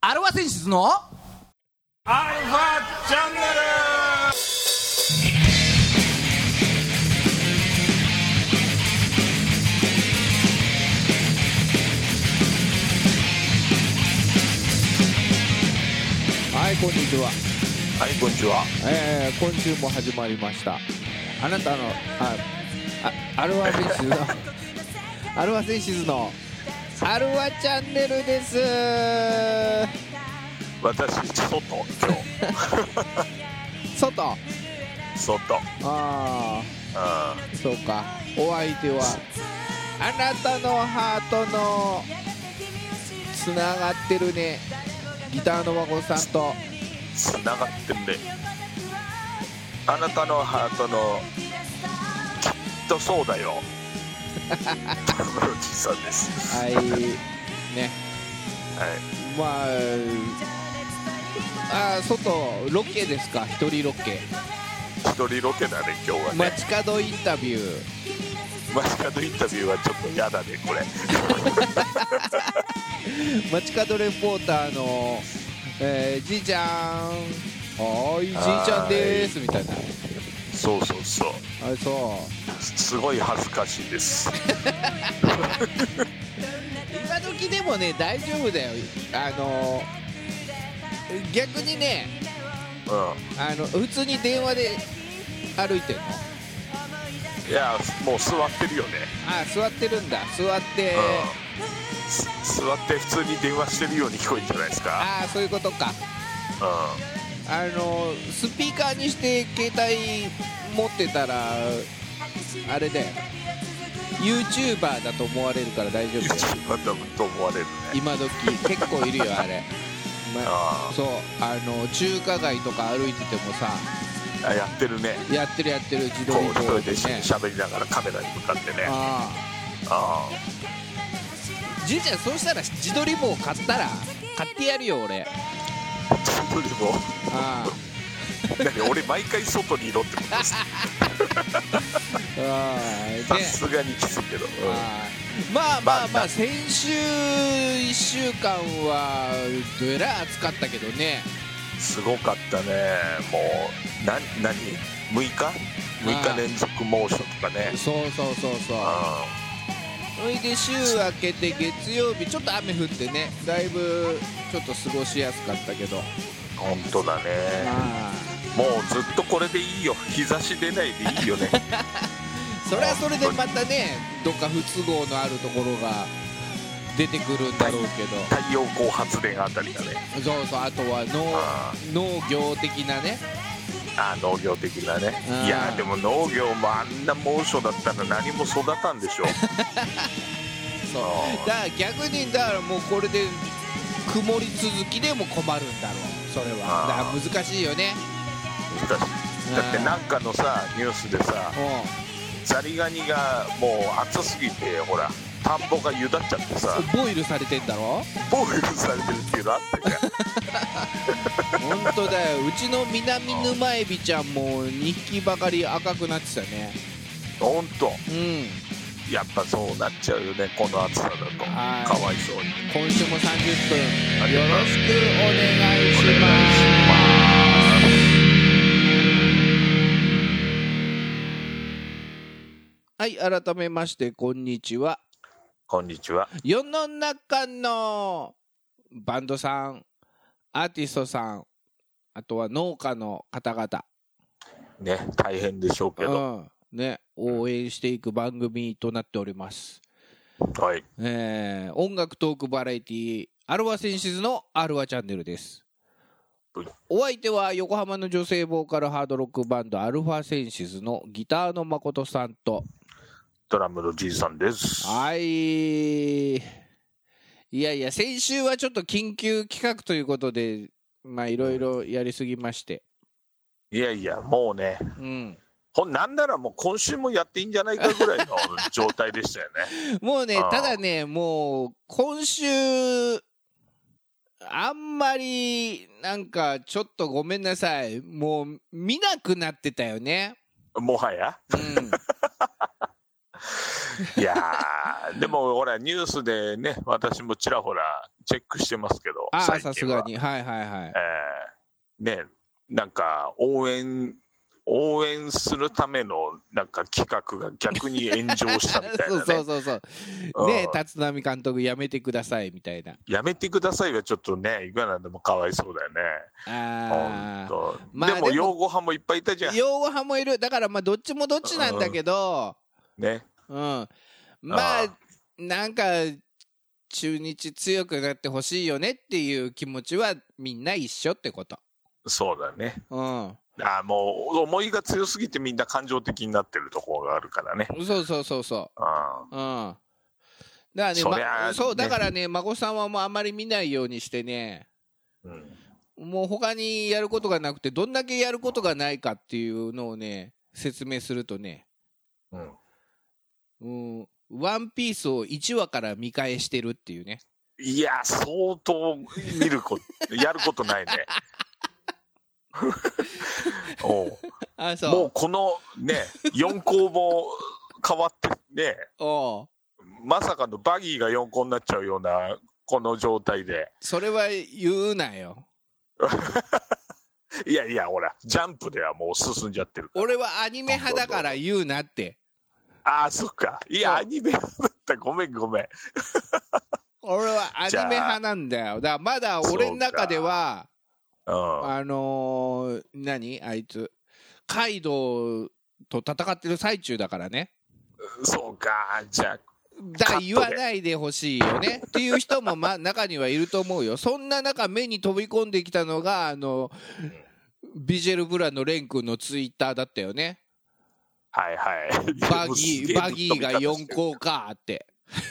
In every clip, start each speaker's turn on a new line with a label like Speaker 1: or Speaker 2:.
Speaker 1: アルファ選出の
Speaker 2: アルファチャンネル
Speaker 3: はいこんにちは、
Speaker 2: はいこんにちは
Speaker 3: えー、今週も始まりましたあなたのああアルファ選手 のアルファ選手のアルファチャンネルです
Speaker 2: 私外今
Speaker 3: 外
Speaker 2: 日外
Speaker 3: あ
Speaker 2: あ
Speaker 3: あそうかお相手はあなたのハートのつながってるねギターの孫さんと
Speaker 2: つながってんであなたのハートのきっとそうだよ田村じさんです
Speaker 3: はいね
Speaker 2: はい
Speaker 3: まああー外ロケですか一人ロケ
Speaker 2: 一人ロケだね今日はね
Speaker 3: 街角インタビュー
Speaker 2: 街角インタビューはちょっと嫌だねこれ
Speaker 3: 街角レポーターの、えーじいちゃんはーいじいちゃんでーすみたいな
Speaker 2: そうそうそう
Speaker 3: あれそ
Speaker 2: すごい恥ずかしいです
Speaker 3: う今時でもね大丈夫だよあのー逆にね
Speaker 2: う
Speaker 3: あの普通に電話で歩いてるの
Speaker 2: んいやもう座ってるよね
Speaker 3: あー座ってるんだ座って
Speaker 2: うんす座って普通に電話してるように聞こえるんじゃないですか、
Speaker 3: ああそういうことか
Speaker 2: う
Speaker 3: あのスピーカーにして携帯持ってたらあれだよ YouTuber だと思われるから大丈夫
Speaker 2: ん、
Speaker 3: だよ
Speaker 2: YouTuber だと思われるね
Speaker 3: 今時結構いるよあれ、ま
Speaker 2: あ
Speaker 3: そうあの中華街とか歩いててもさ
Speaker 2: あやってるね
Speaker 3: やってるやってる自
Speaker 2: こ
Speaker 3: 撮
Speaker 2: う
Speaker 3: り
Speaker 2: 一
Speaker 3: 棒
Speaker 2: 人で
Speaker 3: でね
Speaker 2: 喋りながらカメラに向かってね
Speaker 3: あ
Speaker 2: あ
Speaker 3: あじいちゃんそうしたら自撮り棒買ったら買ってやるよ俺
Speaker 2: あそれでも
Speaker 3: あ
Speaker 2: 何俺毎回外にいろってことです
Speaker 3: ーあー
Speaker 2: さ
Speaker 3: です
Speaker 2: がにきついけど、うん
Speaker 3: まあまあ
Speaker 2: ま
Speaker 3: ま
Speaker 2: あ
Speaker 3: あ先週1週間はえらい暑かったけどね
Speaker 2: すごかったねもうな何6日6日連続猛暑とかね
Speaker 3: そうそうそうそう
Speaker 2: う
Speaker 3: それで週明けて月曜日ちょっと雨降ってねだいぶちょっと過ごしやすかったけど
Speaker 2: ん本当だね
Speaker 3: まあ
Speaker 2: もうずっとこれでいいよ日差し出ないでいいよね
Speaker 3: それはそれでまたねどっか不都合のあるところが出てくるんだろうけど
Speaker 2: 太陽光発電あたりがね
Speaker 3: そうそうあとは
Speaker 2: あ
Speaker 3: 農農業的なね
Speaker 2: あー農業的なね
Speaker 3: うん
Speaker 2: いやーでも農業もあんな猛暑だったら何も育たんでしょ
Speaker 3: そうだから逆にだからもうこれで曇り続きでも困るんだろうそれはだ
Speaker 2: あ
Speaker 3: か
Speaker 2: ー
Speaker 3: ら難しいよね
Speaker 2: 難しいだってなんかのさニュースでさ
Speaker 3: う
Speaker 2: ザリガニがもう暑すぎてほら田んぼがゆだっちゃってさ
Speaker 3: んボイルされてんだ ろ
Speaker 2: ボイルされてるっていうのあったじゃん
Speaker 3: 本当だようちの南沼エビちゃんも2匹ばかり赤くなってたね
Speaker 2: ほんと
Speaker 3: うん
Speaker 2: やっぱそうなっちゃうよねこの暑さだと
Speaker 3: はい
Speaker 2: かわいそうに
Speaker 3: 今週も30
Speaker 2: あ
Speaker 3: 分
Speaker 2: り
Speaker 3: よ
Speaker 2: が
Speaker 3: ろ
Speaker 2: とうございま
Speaker 3: し
Speaker 2: す
Speaker 3: くお願い
Speaker 2: お願い
Speaker 3: し
Speaker 2: し
Speaker 3: ますはい改めましてこんにちは
Speaker 2: こんにちは
Speaker 3: 世の中のバンドさんアーティストさんあとは農家の方々
Speaker 2: ね大変でしょうけど
Speaker 3: うんね、応援していく番組となっております、
Speaker 2: はい
Speaker 3: えー音楽トークバラエティーアルワセンシズのアルワチャンネルです
Speaker 2: はい
Speaker 3: お相手は横浜の女性ボーカルハードロックバンドアルファセンシズのギターの誠さんと
Speaker 2: ドラムのじいさんです
Speaker 3: はい。いやいや、先週はちょっと緊急企画ということで、まあいろいろやりすぎまして。
Speaker 2: いやいやもうね
Speaker 3: うん。
Speaker 2: ほんなんならもう今週もやっていいんじゃないかぐ らいの状態でしたよね
Speaker 3: もうね
Speaker 2: あー、
Speaker 3: ただね、もう今週、あんまりなんかちょっとごめんなさい。もう見なくなってたよね。
Speaker 2: もはや
Speaker 3: うん。
Speaker 2: いやでもほらニュースでね私もちらほらチェックしてますけど
Speaker 3: ああ
Speaker 2: 最近
Speaker 3: さ
Speaker 2: は
Speaker 3: すがにはいはいはい
Speaker 2: えーねなんか応援応援するためのなんか企画が逆に炎上したみたい
Speaker 3: そ
Speaker 2: な、
Speaker 3: う
Speaker 2: ね、
Speaker 3: そうそうそう
Speaker 2: うん
Speaker 3: ね立浪監督やめてくださいみたいな
Speaker 2: やめてくださいはちょっとねいくらなんでもかわいそうだよね
Speaker 3: ああ
Speaker 2: ほんと
Speaker 3: まあ
Speaker 2: でも
Speaker 3: でも
Speaker 2: 擁護派もいっぱいいたじゃん
Speaker 3: 擁護派もいるだからまあどっちもどっちなんだけど
Speaker 2: ね
Speaker 3: うんま
Speaker 2: あ
Speaker 3: あなんか中日強くなってほしいよねっていう気持ちはみんな一緒ってこと
Speaker 2: そうだね
Speaker 3: うん
Speaker 2: あーもう思いが強すぎてみんな感情的になってるところがあるからね
Speaker 3: そうそうそうそう
Speaker 2: う
Speaker 3: うんだからね
Speaker 2: そりゃあ
Speaker 3: ま
Speaker 2: ね
Speaker 3: そうだからね孫さんはもうあまり見ないようにしてね
Speaker 2: ん、うん、
Speaker 3: もう他にやることがなくてどんだけやることがないかっていうのをね説明するとね
Speaker 2: うん、
Speaker 3: 「うん、ワンピースを1話から見返してるっていうね
Speaker 2: いや相当見ることやるこ とないねおう
Speaker 3: あ
Speaker 2: も
Speaker 3: そう
Speaker 2: このね4校も変わってね
Speaker 3: うおう
Speaker 2: まさかのバギーが4校になっちゃうようなこの状態で
Speaker 3: それは言うなよ
Speaker 2: いやいやほらジャンプではもう進んじゃってるから
Speaker 3: 俺はアニメ派だから言うなって
Speaker 2: ああそっかいや
Speaker 3: そう
Speaker 2: アニメだったごめんごめん
Speaker 3: 俺はアニメ派なんだよだからまだ俺の中では
Speaker 2: うん
Speaker 3: あのー何あいつカイドウと戦ってる最中だからね
Speaker 2: そうかじゃあ
Speaker 3: だから
Speaker 2: カットで
Speaker 3: 言わないでほしいよねっていう人も、ま、中にはいると思うよそんな中目に飛び込んできたのがあのビジェル・ブラのレン君のツイッターだったよね
Speaker 2: は い はい
Speaker 3: バギーバギーが4
Speaker 2: 校
Speaker 3: 校かって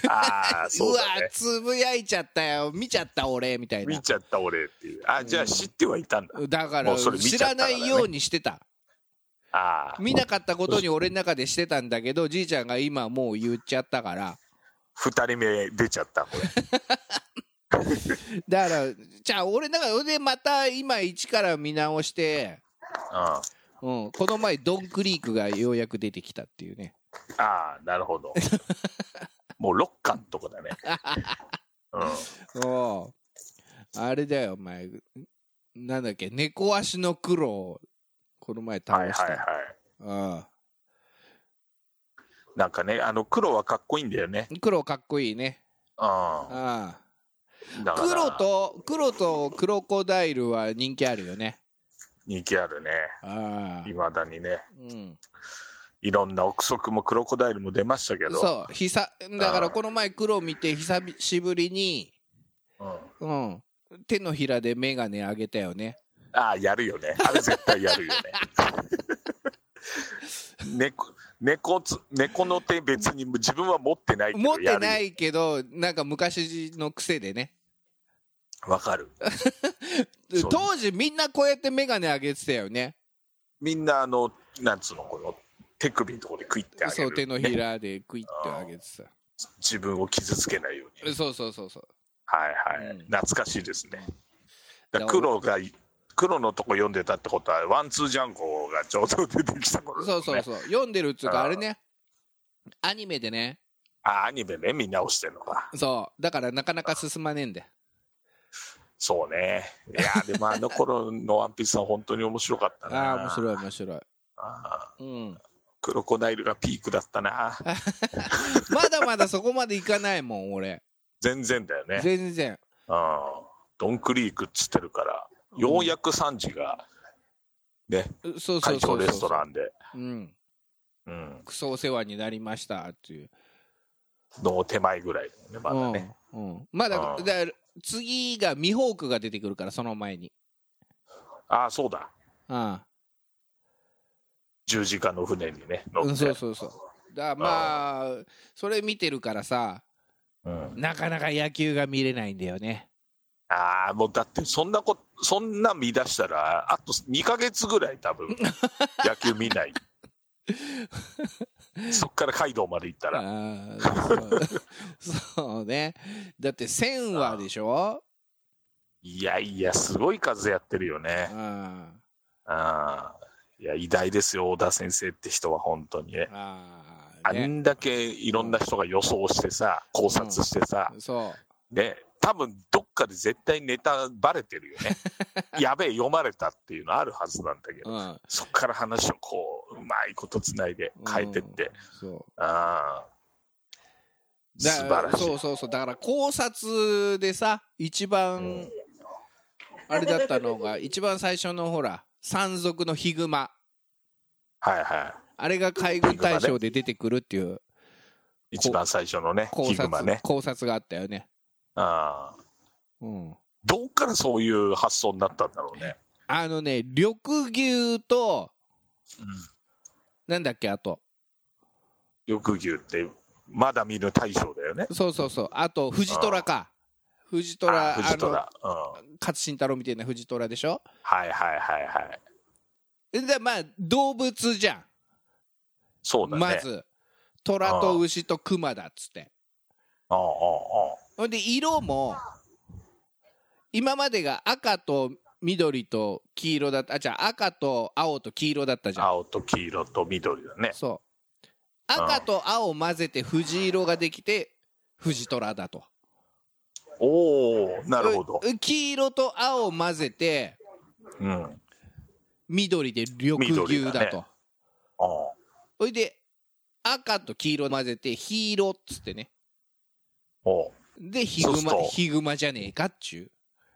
Speaker 2: ああ
Speaker 3: う
Speaker 2: そう
Speaker 3: わ
Speaker 2: だ、ね、
Speaker 3: つぶやいちゃったよ見ちゃった俺みたいな
Speaker 2: 見ちゃった俺っていうあじゃあ知ってはいたんだ、
Speaker 3: だか
Speaker 2: も
Speaker 3: ら
Speaker 2: うそれ見ちゃ
Speaker 3: 知
Speaker 2: ったかららね
Speaker 3: ないようにしてた
Speaker 2: ああ
Speaker 3: 見なかったことに俺の中でしてたんだけどじいちゃんが今もう言っちゃったから
Speaker 2: 2人目出ちゃったこれ
Speaker 3: だからじゃあ俺だからそれでまた今一から見直して
Speaker 2: うんあ
Speaker 3: うん、この前ドンクリークがようやく出てきたっていうね
Speaker 2: あなる ほどもう6巻とこだね うん
Speaker 3: おうあれだよお前なんだっけ猫足の苦労をこの前
Speaker 2: はいはい
Speaker 3: 倒した、
Speaker 2: はい
Speaker 3: あ
Speaker 2: なんかねあの黒はかっこいいんだよね
Speaker 3: あ黒かっこいいね
Speaker 2: うん
Speaker 3: あ
Speaker 2: だ
Speaker 3: あ
Speaker 2: から
Speaker 3: 黒と黒とクロコダイルは人気あるよね
Speaker 2: 人気あるね
Speaker 3: ああ
Speaker 2: い、まだにね
Speaker 3: うん、
Speaker 2: いろんな憶測もクロコダイルも出ましたけど
Speaker 3: そう久だからこの前黒見て久しぶりに、
Speaker 2: うん、あ
Speaker 3: うん、手のひらで眼鏡上げたよね
Speaker 2: あやるよねあれ絶対やるよね 猫猫つ猫の手別に自分は持ってないけど
Speaker 3: 持ってな
Speaker 2: やる
Speaker 3: いけどなんか昔の癖でね
Speaker 2: よわかるそう
Speaker 3: 当時みんなこうやって眼鏡上げてたよね
Speaker 2: みんなあのなんつうのこの手首のところでクイってあげ
Speaker 3: そ
Speaker 2: る、
Speaker 3: う手のひ
Speaker 2: ね
Speaker 3: らでクイッて上げてた
Speaker 2: 自分を傷つけないように
Speaker 3: そうそうそうそう
Speaker 2: はいはい、
Speaker 3: うん
Speaker 2: 懐かしいですね
Speaker 3: だから
Speaker 2: だから黒が黒のとこ読んでたってことはワンツージャンゴがちょうど出てきた頃、ね、
Speaker 3: そうそうそう読んでるっつうか
Speaker 2: あー
Speaker 3: あれねアニメでね
Speaker 2: あアニメね見直してんのか
Speaker 3: そうだからなかなか進まねえんだよ
Speaker 2: そうねいやでもあの頃の「ワンピースは本当に面白かったな
Speaker 3: ああー面白い面白い
Speaker 2: あー
Speaker 3: うん、
Speaker 2: クロコダイルがピークだったな
Speaker 3: まだまだそこまでいかないもん俺
Speaker 2: 全然だよね
Speaker 3: 全然
Speaker 2: うんドンクリークっつってるからようやくサンジがね
Speaker 3: うそうそ
Speaker 2: 会
Speaker 3: うそ
Speaker 2: 長
Speaker 3: う
Speaker 2: レスト
Speaker 3: そう
Speaker 2: ランで
Speaker 3: うん
Speaker 2: うん
Speaker 3: クソお世話になりましたっていう
Speaker 2: の手前ぐらいだよねまだね
Speaker 3: うんうん、まだ
Speaker 2: うん
Speaker 3: だから次がミホークが出てくるからその前に
Speaker 2: ああそうだ
Speaker 3: ああ
Speaker 2: 十字架の船にね乗って、
Speaker 3: うんそうそうそうだからまあそれ見てるからさ
Speaker 2: うん
Speaker 3: なかなか野球が見れないんだよね
Speaker 2: ああもうだってそんなこそんな見出したらあと2か月ぐらい 多分野球見ないそっからカイドウまで行ったら
Speaker 3: あーそう そうねだって1000話でしょ
Speaker 2: いやいやすごい数やってるよね
Speaker 3: あ
Speaker 2: ああいや偉大ですよ小田先生って人は本当にね
Speaker 3: あ
Speaker 2: あんだけいろんな人が予想してさ、考察してさ、
Speaker 3: そ
Speaker 2: ね、多分どっかで絶対ネタバレてるよ ね。やべえ、読まれたっていうのあるはずなんだけ
Speaker 3: う、
Speaker 2: ど、
Speaker 3: うん、
Speaker 2: そっから話をこう、うまいことつないで変えてって、
Speaker 3: そう
Speaker 2: ああ、素
Speaker 3: だ
Speaker 2: 晴らしい。
Speaker 3: そうそうそうだから考察でさ一番、
Speaker 2: うん
Speaker 3: あれだったのが一番最初のほら山賊のヒグマ
Speaker 2: はいは
Speaker 3: あれが海軍大将で出てくるっていう
Speaker 2: い。一番最初のね、
Speaker 3: 考
Speaker 2: ヒ
Speaker 3: 察
Speaker 2: グマね。
Speaker 3: 考察があったよね、
Speaker 2: ああ。
Speaker 3: うん、
Speaker 2: どっからそういう発想になったんだろうね。
Speaker 3: あのね緑牛と なんだっけあと
Speaker 2: 緑牛って、まだ見ぬ大将だよね。
Speaker 3: そうそうそうあと富士虎か富士
Speaker 2: あ
Speaker 3: 虎
Speaker 2: あ藤
Speaker 3: あの
Speaker 2: 虎。うん。はい
Speaker 3: 勝新太郎みたいな富士虎でしょ
Speaker 2: はいはいはい。
Speaker 3: でまあ動物じゃん
Speaker 2: そうだね。
Speaker 3: まず虎と牛と熊だっつって
Speaker 2: ああああ
Speaker 3: ほんで色も今までが赤と緑と黄色だったあじゃあ赤と青と黄色だったじゃん
Speaker 2: 青と黄色と緑だね。
Speaker 3: そう赤と青混ぜて藤色ができて藤虎だと
Speaker 2: おお、なるほど。
Speaker 3: う黄色と青混ぜて
Speaker 2: うん。あ
Speaker 3: 緑で緑牛だ
Speaker 2: 緑だ
Speaker 3: と
Speaker 2: ねあ。
Speaker 3: ほいで赤と黄色混ぜて黄色っつってね
Speaker 2: お
Speaker 3: でヒグマ
Speaker 2: そうそう
Speaker 3: ヒグマじゃねえかっちゅ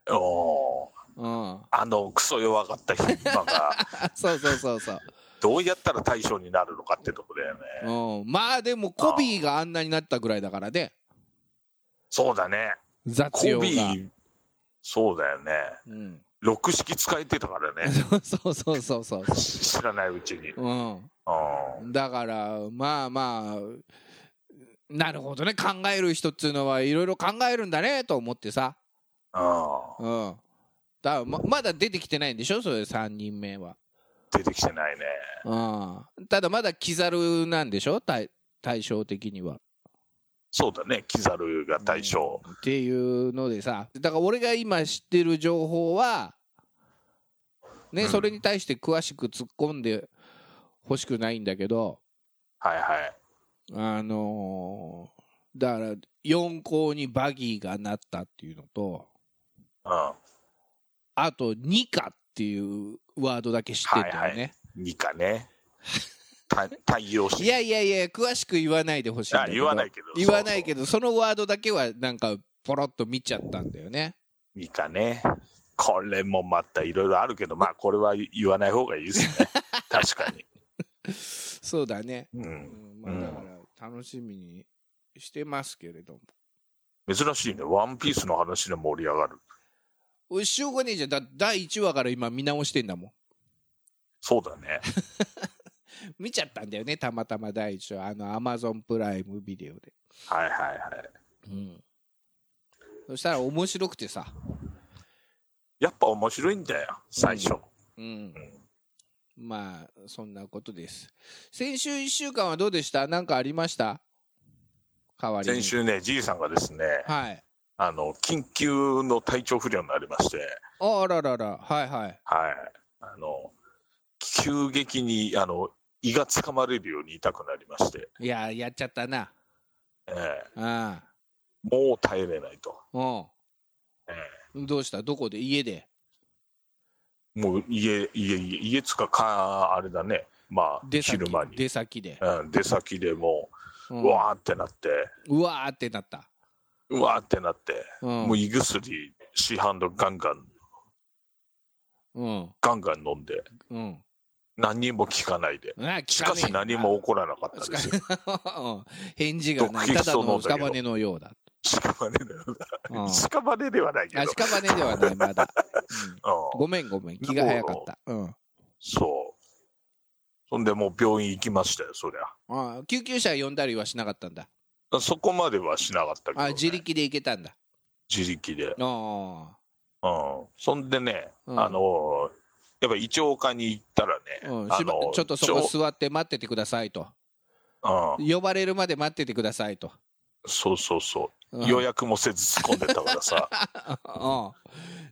Speaker 2: お。おー
Speaker 3: う、うん、あ
Speaker 2: あのクソ弱かったヒグマが
Speaker 3: そうそうそうそう
Speaker 2: どうやったら大将になるのかってとこだよね。
Speaker 3: うん、まあでもコビーがあんなになったぐらいだからね
Speaker 2: そうだね。コ
Speaker 3: 雑用が、
Speaker 2: ビー、そうだよね。
Speaker 3: うん、
Speaker 2: 六式使えてたからね。
Speaker 3: そうそうそうそう
Speaker 2: 知らないうちに。
Speaker 3: う、
Speaker 2: あ
Speaker 3: ん、だからまあまあなるほどね考える人っつうのはいろいろ考えるんだねと思ってさ、
Speaker 2: あ。
Speaker 3: うん、だままだ出てきてないんでしょそれ3人目は、
Speaker 2: 出てきてないね。
Speaker 3: うん、ただまだキザルなんでしょ対対照的には
Speaker 2: そうだね。キザルが大将。
Speaker 3: っていうのでさだから俺が今知ってる情報はね、
Speaker 2: うん
Speaker 3: それに対して詳しく突っ込んでほしくないんだけど
Speaker 2: はいはい。
Speaker 3: あのーだから4校にバギーがなったっていうのと
Speaker 2: うん。
Speaker 3: あと「ニカ」っていうワードだけ知ってんだよね、
Speaker 2: はい
Speaker 3: い
Speaker 2: 二か ね。た太陽神。
Speaker 3: やいやいや詳しく言わないでほしいんだ
Speaker 2: あ
Speaker 3: けど
Speaker 2: 言わないけど。
Speaker 3: 言わないけどそのワードだけはなんかポロッと見ちゃったんだよね
Speaker 2: いいかね。これもまたいろいろあるけど、まあこれは言わない方がいいですね。 確かに。
Speaker 3: そうだね
Speaker 2: うん。
Speaker 3: うんまあ、だ
Speaker 2: うん
Speaker 3: から楽しみにしてますけれども。
Speaker 2: 珍しいね。ワンピースの話で盛り上がる。
Speaker 3: おいしょうがねえじゃんだ第1話から今見直してんだもん
Speaker 2: そうだね。
Speaker 3: 見ちゃったんだよねたまたま第1話あのアマゾンプライムビデオで、
Speaker 2: はいはいはい。
Speaker 3: うん、そしたら面白くてさ、
Speaker 2: やっぱ面白いんだよ。最初。
Speaker 3: うん、まあそんなことです先週1週間はどうでした何かありました変わりに
Speaker 2: 先週ね、じいさんがですね、
Speaker 3: はい
Speaker 2: あの、緊急の体調不良になりまして、
Speaker 3: ああらららはいはい
Speaker 2: はい。あの、急激に、あの、胃がつかまれるように痛くなりまして、
Speaker 3: いややっちゃったな
Speaker 2: ええ
Speaker 3: あ
Speaker 2: もう耐えれないと。
Speaker 3: あうん
Speaker 2: え
Speaker 3: どうしたどこで家で
Speaker 2: えもう家、家、家、家つかか、あれだね。まあ、
Speaker 3: 出先
Speaker 2: 昼間に。
Speaker 3: 出先で、
Speaker 2: うん、出先でも
Speaker 3: う
Speaker 2: う、
Speaker 3: ん
Speaker 2: うわーってなって、
Speaker 3: うわーってなった、
Speaker 2: うわーってなって、
Speaker 3: うん
Speaker 2: もう胃薬、市販のガンガン、
Speaker 3: うん
Speaker 2: ガンガン飲んで、
Speaker 3: うん
Speaker 2: 何にも効かないで。
Speaker 3: な
Speaker 2: しかし 何も起こらなかったですよ。
Speaker 3: 返事がない
Speaker 2: 毒
Speaker 3: た
Speaker 2: 液
Speaker 3: だ
Speaker 2: そう飲
Speaker 3: の
Speaker 2: んだけど
Speaker 3: 屍のようだ、
Speaker 2: 屍では
Speaker 3: うん、あ
Speaker 2: ない。屍ではないけど。
Speaker 3: 屍ではないまだ、 うん
Speaker 2: うん
Speaker 3: ごめんごめん気が早かった、うん、
Speaker 2: そう。そんでもう病院行きましたよ、そりゃ。
Speaker 3: あ救急車呼んだりはしなかったんだ
Speaker 2: そこまではしなかったけど、
Speaker 3: あ
Speaker 2: ね。
Speaker 3: 自力で行けたんだ
Speaker 2: 自力で。
Speaker 3: あ
Speaker 2: うん、そんでね、
Speaker 3: うん
Speaker 2: あのーやっぱ胃腸科に行ったらね、
Speaker 3: あ、うん、
Speaker 2: あ
Speaker 3: しば
Speaker 2: のー
Speaker 3: ちょっとそこ
Speaker 2: 腸
Speaker 3: 座って待っててくださいと
Speaker 2: うん、
Speaker 3: 呼ばれるまで待っててくださいと、
Speaker 2: そうそうそう
Speaker 3: ん、
Speaker 2: う、予約もせず突っ込んでたか らさ、
Speaker 3: うん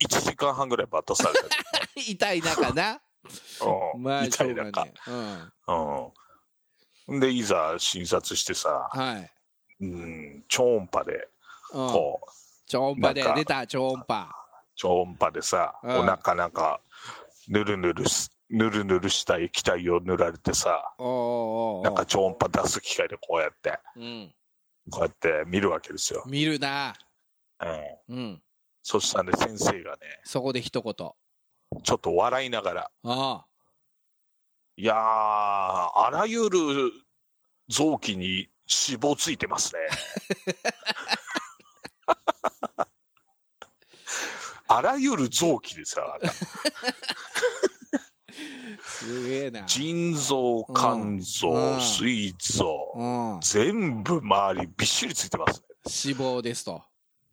Speaker 2: 1時間半ぐらい待たされたけ
Speaker 3: 痛い中な
Speaker 2: ど、うん
Speaker 3: まあし
Speaker 2: 痛
Speaker 3: ょう
Speaker 2: い
Speaker 3: が
Speaker 2: 中
Speaker 3: ね、え、うん
Speaker 2: うん、で、いざ診察してさ、
Speaker 3: はい。
Speaker 2: うん、超音波で、
Speaker 3: うん
Speaker 2: こう、
Speaker 3: 超音波で
Speaker 2: なんか
Speaker 3: 出た超音波。
Speaker 2: 超音波でさ、
Speaker 3: うん
Speaker 2: お腹なんか、ぬるぬるす、ぬるぬるした液体を塗られてさ、
Speaker 3: おーおー
Speaker 2: なん
Speaker 3: お
Speaker 2: か
Speaker 3: ー
Speaker 2: 超音波出す機械でこうやって、
Speaker 3: うん。
Speaker 2: こうやって見るわけですよ。
Speaker 3: 見るな。
Speaker 2: うん。
Speaker 3: うん。
Speaker 2: そしたらね、先生がね、
Speaker 3: そこで一言。あ
Speaker 2: ちょっと笑いながら、
Speaker 3: あ。
Speaker 2: いやー、あらゆる臓器に脂肪ついてま すね。あらゆる臓器でさ、
Speaker 3: すげえな。
Speaker 2: 腎臓、肝臓、
Speaker 3: うん
Speaker 2: 膵臓、
Speaker 3: うん。脂
Speaker 2: 全部周りびっしりついてますね。
Speaker 3: 肪ですと。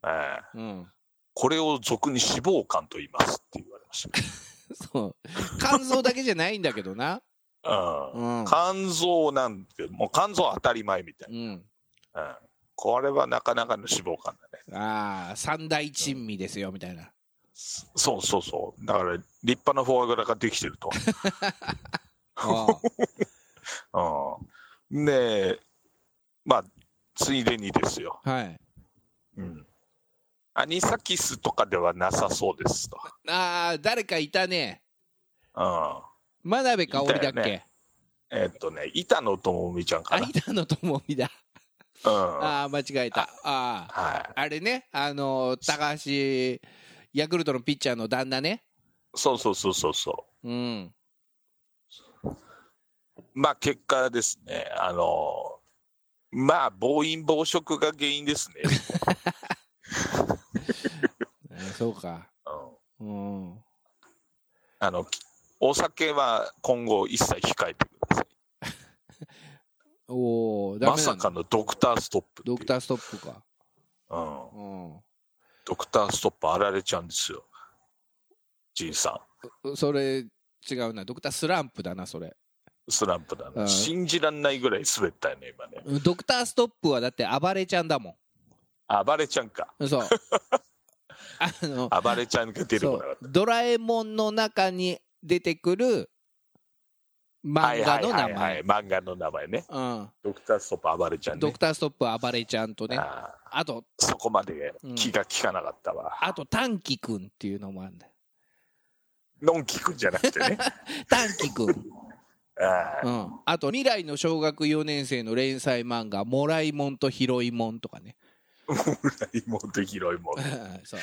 Speaker 2: ええ
Speaker 3: うん。
Speaker 2: これを俗に脂肪肝と言いますって言われまし
Speaker 3: そう。肝臓だけじゃないんだけどな。
Speaker 2: た。 う。
Speaker 3: うんん。
Speaker 2: 肝臓なんて、もう肝臓は当たり前みたい
Speaker 3: うん。
Speaker 2: な。うん。これはなかなかの脂肪肝だね。
Speaker 3: ああ、三大珍味ですよ、みたいな。
Speaker 2: そうそうそう。だから、立派なフォアグラができてると。
Speaker 3: ああ
Speaker 2: うん。で、まあ、ついでにですよ。
Speaker 3: はい。
Speaker 2: うん。アニサキスとかではなさそうですと。
Speaker 3: ああ、誰かいたね。
Speaker 2: うん。
Speaker 3: 真鍋かおりだっ
Speaker 2: いたよ
Speaker 3: け。
Speaker 2: えっとね、板野友美ちゃんか
Speaker 3: あ、
Speaker 2: な。うん
Speaker 3: い。たのともみだ。
Speaker 2: は
Speaker 3: ああ、間違えた。ああ。
Speaker 2: い。
Speaker 3: あれね、あのー高橋、ヤクルトのピッチャーの旦那ね。
Speaker 2: そうそうそうそうそ
Speaker 3: うん。
Speaker 2: う。まあ、結果ですね、あのまあ、暴飲暴食が原因ですね。
Speaker 3: えーそうか。
Speaker 2: うん。
Speaker 3: うん。
Speaker 2: あの、きお酒は今後一切控えてください。
Speaker 3: おお、ダメ
Speaker 2: ま
Speaker 3: なんだ
Speaker 2: さかのドクターストップってい
Speaker 3: ド
Speaker 2: う。
Speaker 3: クターストップか。
Speaker 2: うん。
Speaker 3: うん。
Speaker 2: ドクターストップあられちゃうんですよ。ジンさん。
Speaker 3: それ、違うな。ドクタースランプだな、それ。
Speaker 2: スランプだ
Speaker 3: う
Speaker 2: な。
Speaker 3: ん
Speaker 2: 信じらんないぐらい滑ったよね、今ね。
Speaker 3: うんドクターストップはだって暴れちゃんだも
Speaker 2: 暴れちゃんか。
Speaker 3: ん。そう。あの、
Speaker 2: 暴れちゃんが出てこなかっ
Speaker 3: そうドラえもんの中に出てくる
Speaker 2: た。はい
Speaker 3: 漫
Speaker 2: は
Speaker 3: 画
Speaker 2: い
Speaker 3: の
Speaker 2: は
Speaker 3: 名
Speaker 2: いはい
Speaker 3: 前。
Speaker 2: 漫画の名前ね。
Speaker 3: うん。
Speaker 2: ドクターストップ暴れちゃんね。
Speaker 3: ドクターストップは暴れちゃんとね。
Speaker 2: あー
Speaker 3: あと、
Speaker 2: そこまで気が利かなかったわ。
Speaker 3: あと、短期くんっていうのもあるんだよ。
Speaker 2: のんきくんじゃなく てね。
Speaker 3: 短期 くん。
Speaker 2: あー
Speaker 3: うん。あと、未来の小学4年生の連載漫画、もらいもんとひろいもんとかね。
Speaker 2: 妹広いもん。
Speaker 3: そう。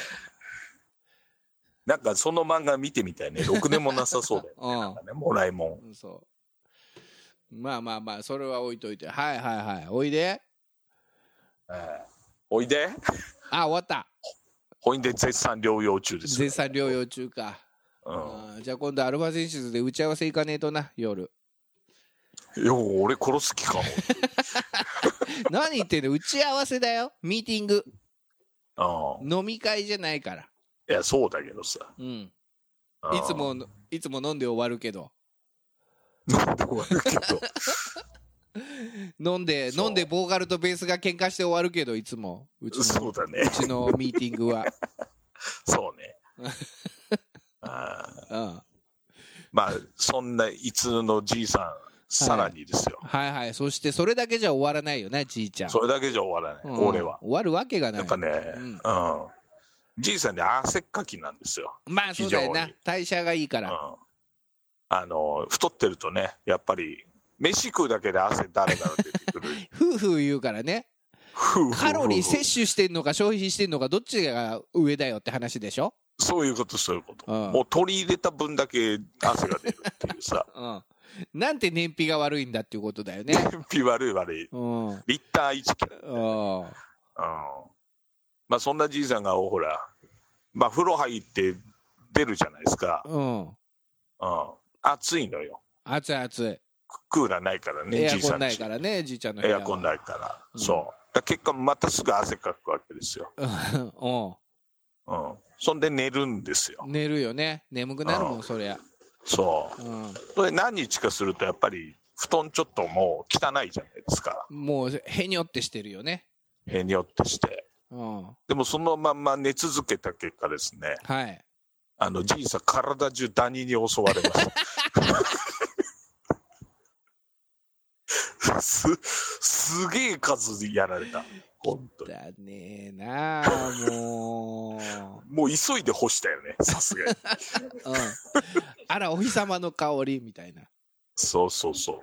Speaker 2: なんかその漫画見てみたいね。ろくでもなさそうだよね。なんかね、もらいもん。
Speaker 3: うんそう。まあまあまあ、それは置いといて。はいはいはい。おいで。
Speaker 2: あーおいで。
Speaker 3: あ、終わった。
Speaker 2: ほいで絶賛療養中です。
Speaker 3: 絶賛療養中か。
Speaker 2: うん。
Speaker 3: あーじゃあ今度アルファ選手で打ち合わせ行かねえとな、夜。
Speaker 2: いや、俺殺す気か
Speaker 3: 何言ってんの打ち合わせだよ。ミーティング。
Speaker 2: も。 うん。
Speaker 3: 飲み会じゃないから。
Speaker 2: いや、そうだけどさ。
Speaker 3: うん。
Speaker 2: うん
Speaker 3: いつ。も、いつも飲んで終わるけど。
Speaker 2: なんでもあるけど。
Speaker 3: 飲んで、
Speaker 2: そう
Speaker 3: 飲んでボーカルとベースが喧嘩して終わるけど、いつも。うちの、
Speaker 2: そううだね。
Speaker 3: ちのミーティングは。
Speaker 2: そうね。あ
Speaker 3: う
Speaker 2: ー
Speaker 3: ん。
Speaker 2: まあ、そんな、いつのじいさん、さらにですよ。
Speaker 3: はいはい。そして、それだけじゃ終わらないよね、じいちゃん。
Speaker 2: それだけじゃ終わらない、
Speaker 3: うん
Speaker 2: 俺は。
Speaker 3: 終わるわけがない。
Speaker 2: やっぱね、
Speaker 3: う
Speaker 2: うんん。じいさんね、汗っかきなんですよ。
Speaker 3: まあそうだよ
Speaker 2: 非
Speaker 3: な
Speaker 2: 常に
Speaker 3: 代謝がいいか
Speaker 2: うん
Speaker 3: ら、。
Speaker 2: あの、太ってるとね、やっぱり、飯食うだけで汗だらだら出てく る。
Speaker 3: 夫婦言うからね
Speaker 2: ふうふうふう
Speaker 3: カロリー摂取してんのか消費してんのかどっちが上だよって話でしょ
Speaker 2: そういうこと、そういうこと。
Speaker 3: うん。
Speaker 2: もう取り入れた分だけ汗が出るっていうさ
Speaker 3: うんなんて燃費が悪いんだっていうことだよね
Speaker 2: 天日悪い悪い。
Speaker 3: うんうん
Speaker 2: リッター1キロ。うん。まあそんなじいさんが、ほら、まあ風呂入って出るじゃないですか。
Speaker 3: うん
Speaker 2: うん。暑いのよ。
Speaker 3: 熱い熱い
Speaker 2: ククーラーないからね、
Speaker 3: エア
Speaker 2: じい
Speaker 3: コ
Speaker 2: さ
Speaker 3: ン
Speaker 2: んち
Speaker 3: ないからねじいちゃんの部
Speaker 2: エ
Speaker 3: 屋
Speaker 2: ア
Speaker 3: は
Speaker 2: コンないから。
Speaker 3: うん
Speaker 2: そう。だから結果、またすぐ汗かくわけですよ。うん。そんで寝るんですよ
Speaker 3: う。ん寝るよね眠くなるも
Speaker 2: うんん
Speaker 3: そりゃ
Speaker 2: そう。
Speaker 3: うん
Speaker 2: それ何日かすると、やっぱり、布団ちょっともう汚いじゃないですか。
Speaker 3: もうへにょってしてるよね
Speaker 2: へにょってして。
Speaker 3: うん
Speaker 2: でもそのまんま寝続けた結果ですね、
Speaker 3: はい
Speaker 2: あの、じいさん、体中ダニに襲われました。 す、すげえ数やられた。本当に。
Speaker 3: だねえなあもう、
Speaker 2: もう急いで干したよね、さすがに。
Speaker 3: うん、あらお日様の香りみたいな、
Speaker 2: そうそうそう。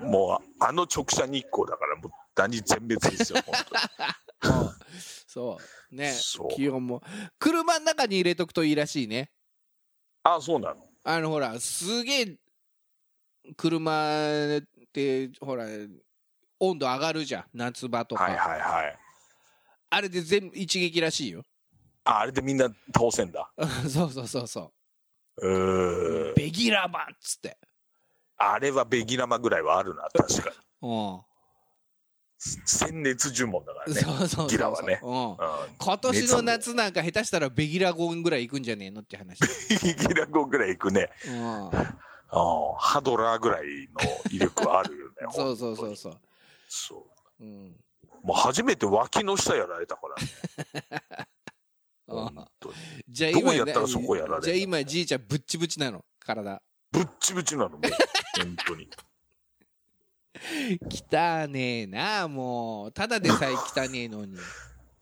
Speaker 3: うん、も
Speaker 2: もう、あの直射日光だから、もう、ダニ全滅ですよ、本
Speaker 3: うそう
Speaker 2: 当に。
Speaker 3: ね
Speaker 2: そう。
Speaker 3: 気温も車の中に入れとくといいらしいね
Speaker 2: あ、そうなの。
Speaker 3: あのほらすげえ車ってほら温度上がるじゃん夏場とか、
Speaker 2: はいはいはい。
Speaker 3: あれで全部一撃らしいよ
Speaker 2: あ、あれでみんな倒せんだ。
Speaker 3: そうそうそうそう
Speaker 2: ーん。
Speaker 3: ベギラマっつって。
Speaker 2: あれはベギラマぐらいはあるな、確かに。
Speaker 3: うん。
Speaker 2: 鮮烈呪文だからね。
Speaker 3: そうそうそうそう。
Speaker 2: ギラはね
Speaker 3: うん。
Speaker 2: うん
Speaker 3: 今年の夏なんか下手したらベギラゴンぐらい行くんじゃねえのって話。
Speaker 2: ベギラゴぐらいいくね。
Speaker 3: うん。。
Speaker 2: うんハドラーぐらいの威力はあるよね
Speaker 3: そうそうそ
Speaker 2: 本当
Speaker 3: う
Speaker 2: に
Speaker 3: そう。
Speaker 2: そう。
Speaker 3: うん。
Speaker 2: もう初めて脇の下やられたから、ね、
Speaker 3: うん
Speaker 2: 本当に
Speaker 3: じゃあ
Speaker 2: ど
Speaker 3: 今
Speaker 2: うやったらそこやられるの
Speaker 3: じゃあ今じいちゃんぶっちぶちなの体。
Speaker 2: ぶっちぶちなのもう本当に
Speaker 3: 汚ねえなもう。ただでさえ汚ねえの に。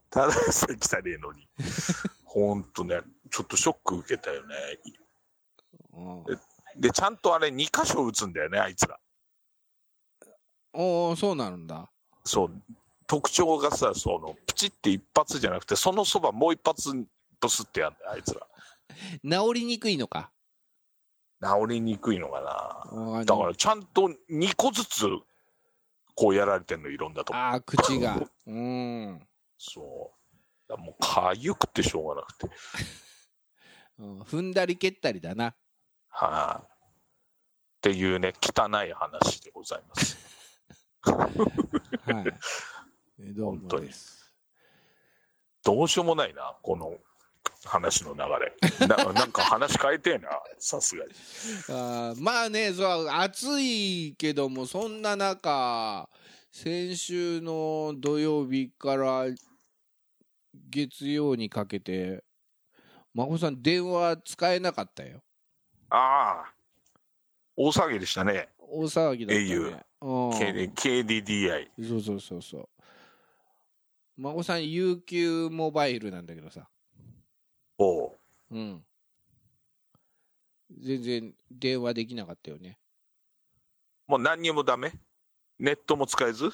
Speaker 2: ただでさえ汚ねえのに本当ねちょっとショック受けたよね
Speaker 3: うん。
Speaker 2: でちゃんとあれ2箇所打つんだよねあいつら
Speaker 3: おおそうなんだ。
Speaker 2: そう特徴がさそのプチって一発じゃなくてそのそばもう一発ドスってやんだよあいつら
Speaker 3: 治りにくいのか。
Speaker 2: 治りにくいのか
Speaker 3: うん
Speaker 2: なだからちゃんと2個ずつこうやられてんのいろんなとこ
Speaker 3: ああ、口が。 うん。
Speaker 2: そうだからもうかゆくてしょうがなくて
Speaker 3: うん踏んだり蹴ったりだな。
Speaker 2: はい、っていうね、汚い話でございます。
Speaker 3: はい。 どう
Speaker 2: 本
Speaker 3: も
Speaker 2: 当に
Speaker 3: です。
Speaker 2: どうしようもないな、この話の流れ。な なんか話変えてえな、さすがに。
Speaker 3: あーまあねそう暑いけどもそんな中先週の土曜日から月曜にかけて真帆さん電話使えなかったよ
Speaker 2: ああ、大騒ぎでしたね、
Speaker 3: 大騒ぎだったね
Speaker 2: KD KDDI。
Speaker 3: うんそうそうそうそう孫さん UQ モバイルなんだけどさ
Speaker 2: おう
Speaker 3: うん全然電話できなかったよね
Speaker 2: もう何にもダメネットも使えず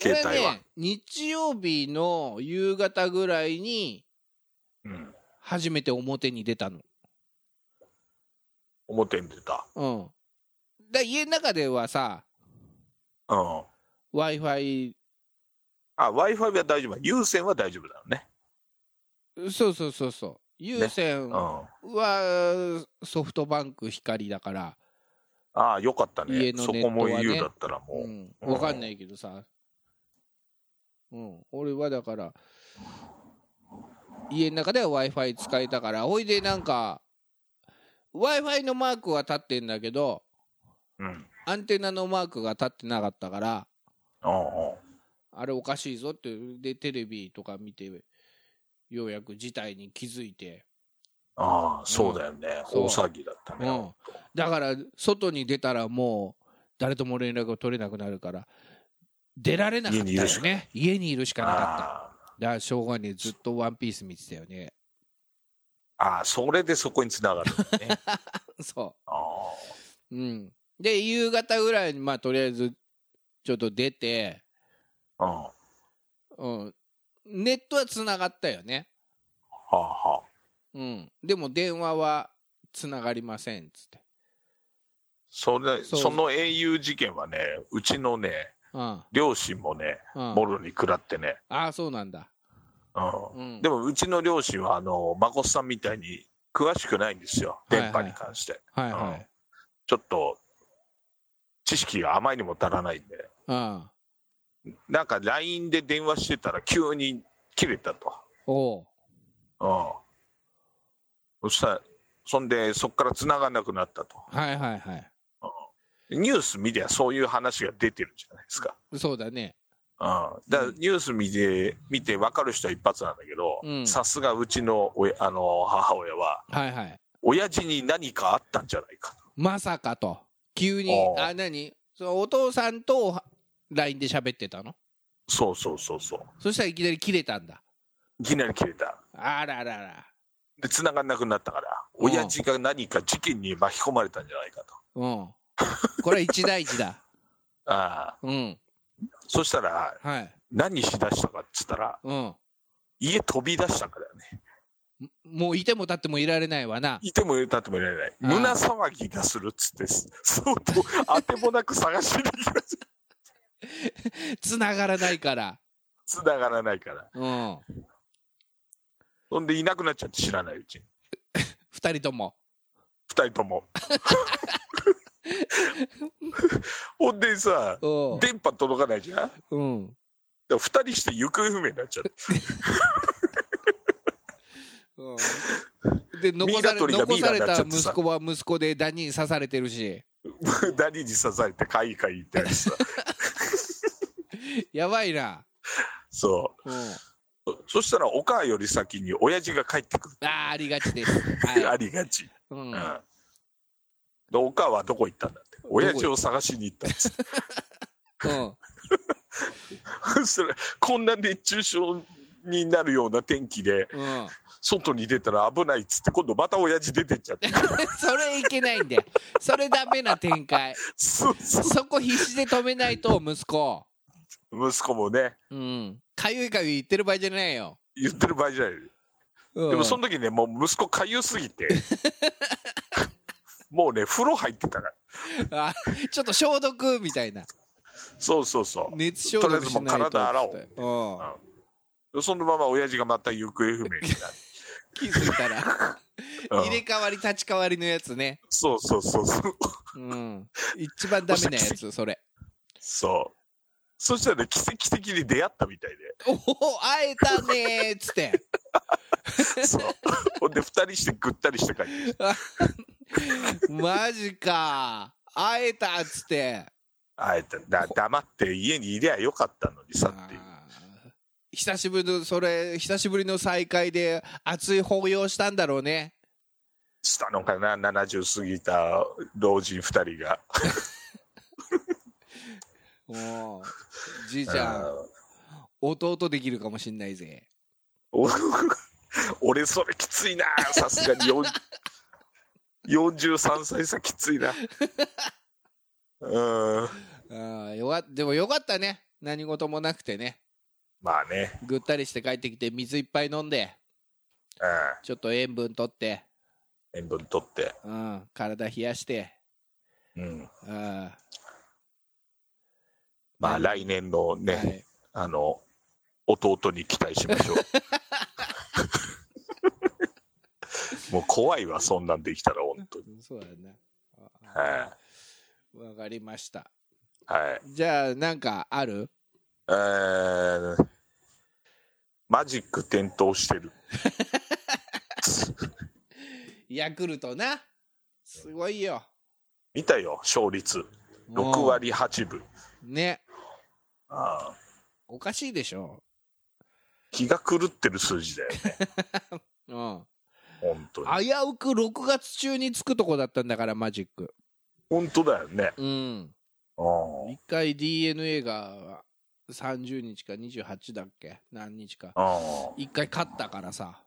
Speaker 2: 携帯
Speaker 3: これ
Speaker 2: は
Speaker 3: ね。日曜日の夕方ぐらいに
Speaker 2: うん、
Speaker 3: 初めて表に出たの。
Speaker 2: 表に出た。
Speaker 3: うん。だ家の中ではさ、
Speaker 2: うん。
Speaker 3: Wi-Fi、
Speaker 2: あ、Wi-Fi は大丈夫。有線は大丈夫だよね。
Speaker 3: そうそうそうそう。有線
Speaker 2: うん。あ
Speaker 3: はソフトバンク光だから、
Speaker 2: あ、よかった
Speaker 3: 家
Speaker 2: ね。
Speaker 3: の
Speaker 2: そ
Speaker 3: ネット
Speaker 2: こ
Speaker 3: はね
Speaker 2: も EU だったら
Speaker 3: う
Speaker 2: も
Speaker 3: ん、
Speaker 2: うん
Speaker 3: わかんないけどさ。うん、俺はだから、家の中では Wi-Fi 使えたから、ほいでなんか、Wi-Fi のマークは立ってんだけど、
Speaker 2: う。うん。
Speaker 3: アンテナのマークが立ってなかったから、
Speaker 2: うんうん。
Speaker 3: あれおかしいぞって、で、テレビとか見て、ようやく事態に気づいて、
Speaker 2: ああ、そうだよね。
Speaker 3: そう
Speaker 2: 大騒ぎだった
Speaker 3: う
Speaker 2: ね。
Speaker 3: ん。だから、外に出たらもう、誰とも連絡が取れなくなるから、出られなかった
Speaker 2: 家にいる
Speaker 3: よ
Speaker 2: しか
Speaker 3: ね。家にいるしかなかった。だか
Speaker 2: あ
Speaker 3: ら、しょうがねえ、ずっとワンピース見てたよね。
Speaker 2: あああ、それでそこに繋がるんだ ね。
Speaker 3: そ
Speaker 2: あ
Speaker 3: う。うん。で、夕方ぐらいに、まあ、とりあえず、ちょっと出て、
Speaker 2: あ、うん。は
Speaker 3: うん。ネットは繋がったよね。
Speaker 2: あはあ。
Speaker 3: うん。でも、電話は繋がりません、つって。
Speaker 2: それ
Speaker 3: そ
Speaker 2: そうの au 事件はね、うちのね、
Speaker 3: うん。
Speaker 2: 両親もね、
Speaker 3: うん、
Speaker 2: もろに食らってね。
Speaker 3: ああ、そうなんだ。
Speaker 2: う
Speaker 3: うん
Speaker 2: ん。でも、うちの両親は、あの、孫さんみたいに詳しくないんですよ。電波に関して。
Speaker 3: はい
Speaker 2: うん
Speaker 3: はい。
Speaker 2: ちょっと、知識が甘いにも足らないんで。
Speaker 3: うん。
Speaker 2: なんか LINE で電話してたら急に切れたと。
Speaker 3: おう。
Speaker 2: うん。そしたら、そんで、そこから繋がんなくなったと。
Speaker 3: はいはいはい。
Speaker 2: ニュース見りゃそういう話が出てるじゃないですか。
Speaker 3: そうだね。
Speaker 2: うん。だから
Speaker 3: うん
Speaker 2: ニュース見て、見て分かる人は一発なんだけ
Speaker 3: う
Speaker 2: ど、
Speaker 3: ん
Speaker 2: さすがうちのおやあの母親は、
Speaker 3: はいはい。
Speaker 2: 親父に何かあったんじゃないか
Speaker 3: まさかと。急に
Speaker 2: お、う
Speaker 3: あ、何そのお父さんと LINE で喋ってたの
Speaker 2: そうそうそうそう
Speaker 3: そしたらいきなり切れたんだ
Speaker 2: いきなり切れた
Speaker 3: あららら
Speaker 2: で繋がんなくなったから
Speaker 3: うん
Speaker 2: 親父が何か事件に巻き込まれたんじゃないかと
Speaker 3: うんこれは一大事 だ
Speaker 2: ああ
Speaker 3: うん
Speaker 2: そしたら
Speaker 3: はい
Speaker 2: 何しだしたかっつったら
Speaker 3: うん
Speaker 2: 家飛び出したからね
Speaker 3: もういても立ってもいられないわない
Speaker 2: てもいたってもいられない
Speaker 3: ああ
Speaker 2: 胸騒ぎがするっつって相当当てもなく探しに行きました
Speaker 3: 繋がらないから
Speaker 2: 繋がらないから
Speaker 3: うん
Speaker 2: ほんでいなくなっちゃって知らないうちに
Speaker 3: 二人とも
Speaker 2: 2人ともほんでさ
Speaker 3: うん
Speaker 2: 電波届かないじゃん
Speaker 3: うん
Speaker 2: 2人して行方不明になっちゃって
Speaker 3: で残され
Speaker 2: ミイラ取りが
Speaker 3: 残
Speaker 2: ミイラ
Speaker 3: さ
Speaker 2: に
Speaker 3: れ
Speaker 2: なっち
Speaker 3: た
Speaker 2: ゃってさ
Speaker 3: 息子は息子でダニに刺されてるし
Speaker 2: 何に刺されてかいかい言ったりさ
Speaker 3: やばいな、
Speaker 2: そ
Speaker 3: うん、
Speaker 2: うそしたらお母より先に親父が帰ってくる
Speaker 3: あーありがちです、
Speaker 2: あ
Speaker 3: はい
Speaker 2: りがち、
Speaker 3: う
Speaker 2: うんん、でお母はどこ行ったんだって親父を探しに行ったんです
Speaker 3: うん、
Speaker 2: そしたらこんな熱中症になるような天気で
Speaker 3: うん、
Speaker 2: 外に出たら危ないっつって今度また親父出てっちゃって
Speaker 3: それいけないんだよそれダメな展開
Speaker 2: そうそう
Speaker 3: そこ必死で止めないと息子
Speaker 2: 息子もね
Speaker 3: うんかゆいかゆい言ってる場合じゃないよ、
Speaker 2: 言ってる場合じゃない
Speaker 3: うん、
Speaker 2: でもその時ねもう息子かゆすぎて もうね風呂入ってたから
Speaker 3: あちょっと消毒みたいな
Speaker 2: そうそうそう、
Speaker 3: 熱消毒しないと
Speaker 2: とりあえずもう体洗おう
Speaker 3: つってうん
Speaker 2: そのまま親父がまた行方不明に
Speaker 3: 気づいたら
Speaker 2: なる、
Speaker 3: 入れ替わり立ち替わりのやつね
Speaker 2: そうそうそうそ
Speaker 3: う
Speaker 2: う
Speaker 3: ん一番ダメなやつそ れ
Speaker 2: そうそしたらね奇跡的に出会ったみたい
Speaker 3: おお会えたねーっつって
Speaker 2: でそう ほんで2人してぐったりして帰って
Speaker 3: マジか会えたっつって
Speaker 2: あえてだ黙って家にいりゃよかったのにさっていう
Speaker 3: あー久しぶりのそれ久しぶりの再会で熱い抱擁したんだろうね
Speaker 2: したのかな70過ぎた老人2人が
Speaker 3: おうじいちゃん
Speaker 2: うん
Speaker 3: 弟できるかもしんないぜ
Speaker 2: お 俺それきついなさすが によん43歳さきついなうん
Speaker 3: あーよかっでもよかったね何事もなくてね
Speaker 2: まあね、
Speaker 3: ぐったりして帰ってきて水いっぱい飲んで
Speaker 2: うん、
Speaker 3: ちょっと塩分取って、
Speaker 2: 塩分取って、
Speaker 3: うん、体冷やして、
Speaker 2: うん、
Speaker 3: うんは
Speaker 2: まあ来年のね、
Speaker 3: い、
Speaker 2: あの弟に期待しましょ う。もう怖いわそんなんできたら本当に。
Speaker 3: そうだね
Speaker 2: は
Speaker 3: わかりました
Speaker 2: いはい。
Speaker 3: じゃあなんかある
Speaker 2: えー、マジック点灯してる。
Speaker 3: ヤクルトなすごいよ
Speaker 2: 見たよ勝率
Speaker 3: もう
Speaker 2: 6割8分。
Speaker 3: ね
Speaker 2: ああ
Speaker 3: おかしいでしょ
Speaker 2: 気が狂ってる数字だよね
Speaker 3: うん
Speaker 2: 本当に。
Speaker 3: 危うく6月中につくとこだったんだからマジック
Speaker 2: 本当だよね。
Speaker 3: うん
Speaker 2: うん
Speaker 3: 一回 d n a が30日か28だっけ何日か
Speaker 2: うん
Speaker 3: 一回勝ったからさ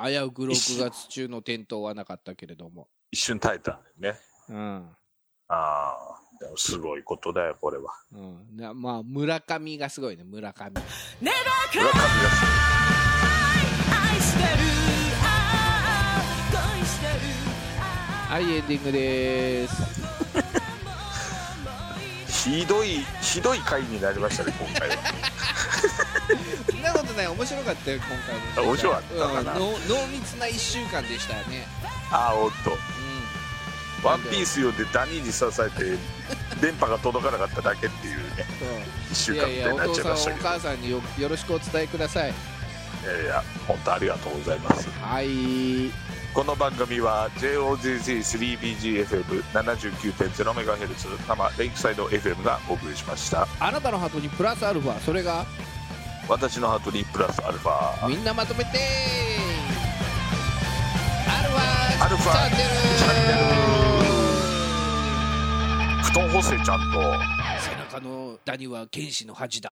Speaker 3: 危うく6月中の転倒はなかったけれども
Speaker 2: 一瞬耐えたんだよね。
Speaker 3: うん、
Speaker 2: ああでもすごいことだよこれは。
Speaker 3: うん、なまあ村上がすごいね村上
Speaker 2: 村上がすごい
Speaker 1: 愛してるああ恋してるあ
Speaker 3: はいエンディングです
Speaker 2: ひどいひどい回になりましたね今回は
Speaker 3: そんなことない面白かったよ今回も
Speaker 2: あ面白かったかな
Speaker 3: うん、濃濃密な1週間でしたよね
Speaker 2: ああおっと「ワンピース用でダニーに刺されて電波が届かなかっただけっていうね1
Speaker 3: うん、うん、
Speaker 2: 週
Speaker 3: い
Speaker 2: 間
Speaker 3: や
Speaker 2: み
Speaker 3: いやお
Speaker 2: たいになっちゃいま
Speaker 3: 父
Speaker 2: し
Speaker 3: さんお
Speaker 2: たけど
Speaker 3: 母さんによよろしくお伝えください
Speaker 2: いやいや本当ありがとうございます
Speaker 3: はい
Speaker 2: この番組は JOZZ3BGFM79.0MHz 生レイクサイド FM がお送りしました
Speaker 3: あなたのハートにプラスアルファそれが
Speaker 2: 私のハートにプラスアルファ
Speaker 3: みんなまとめてアルファ
Speaker 2: アルファ
Speaker 3: チャンネル
Speaker 2: 布団干せちゃんと
Speaker 3: 背中のダニは剣士の恥だ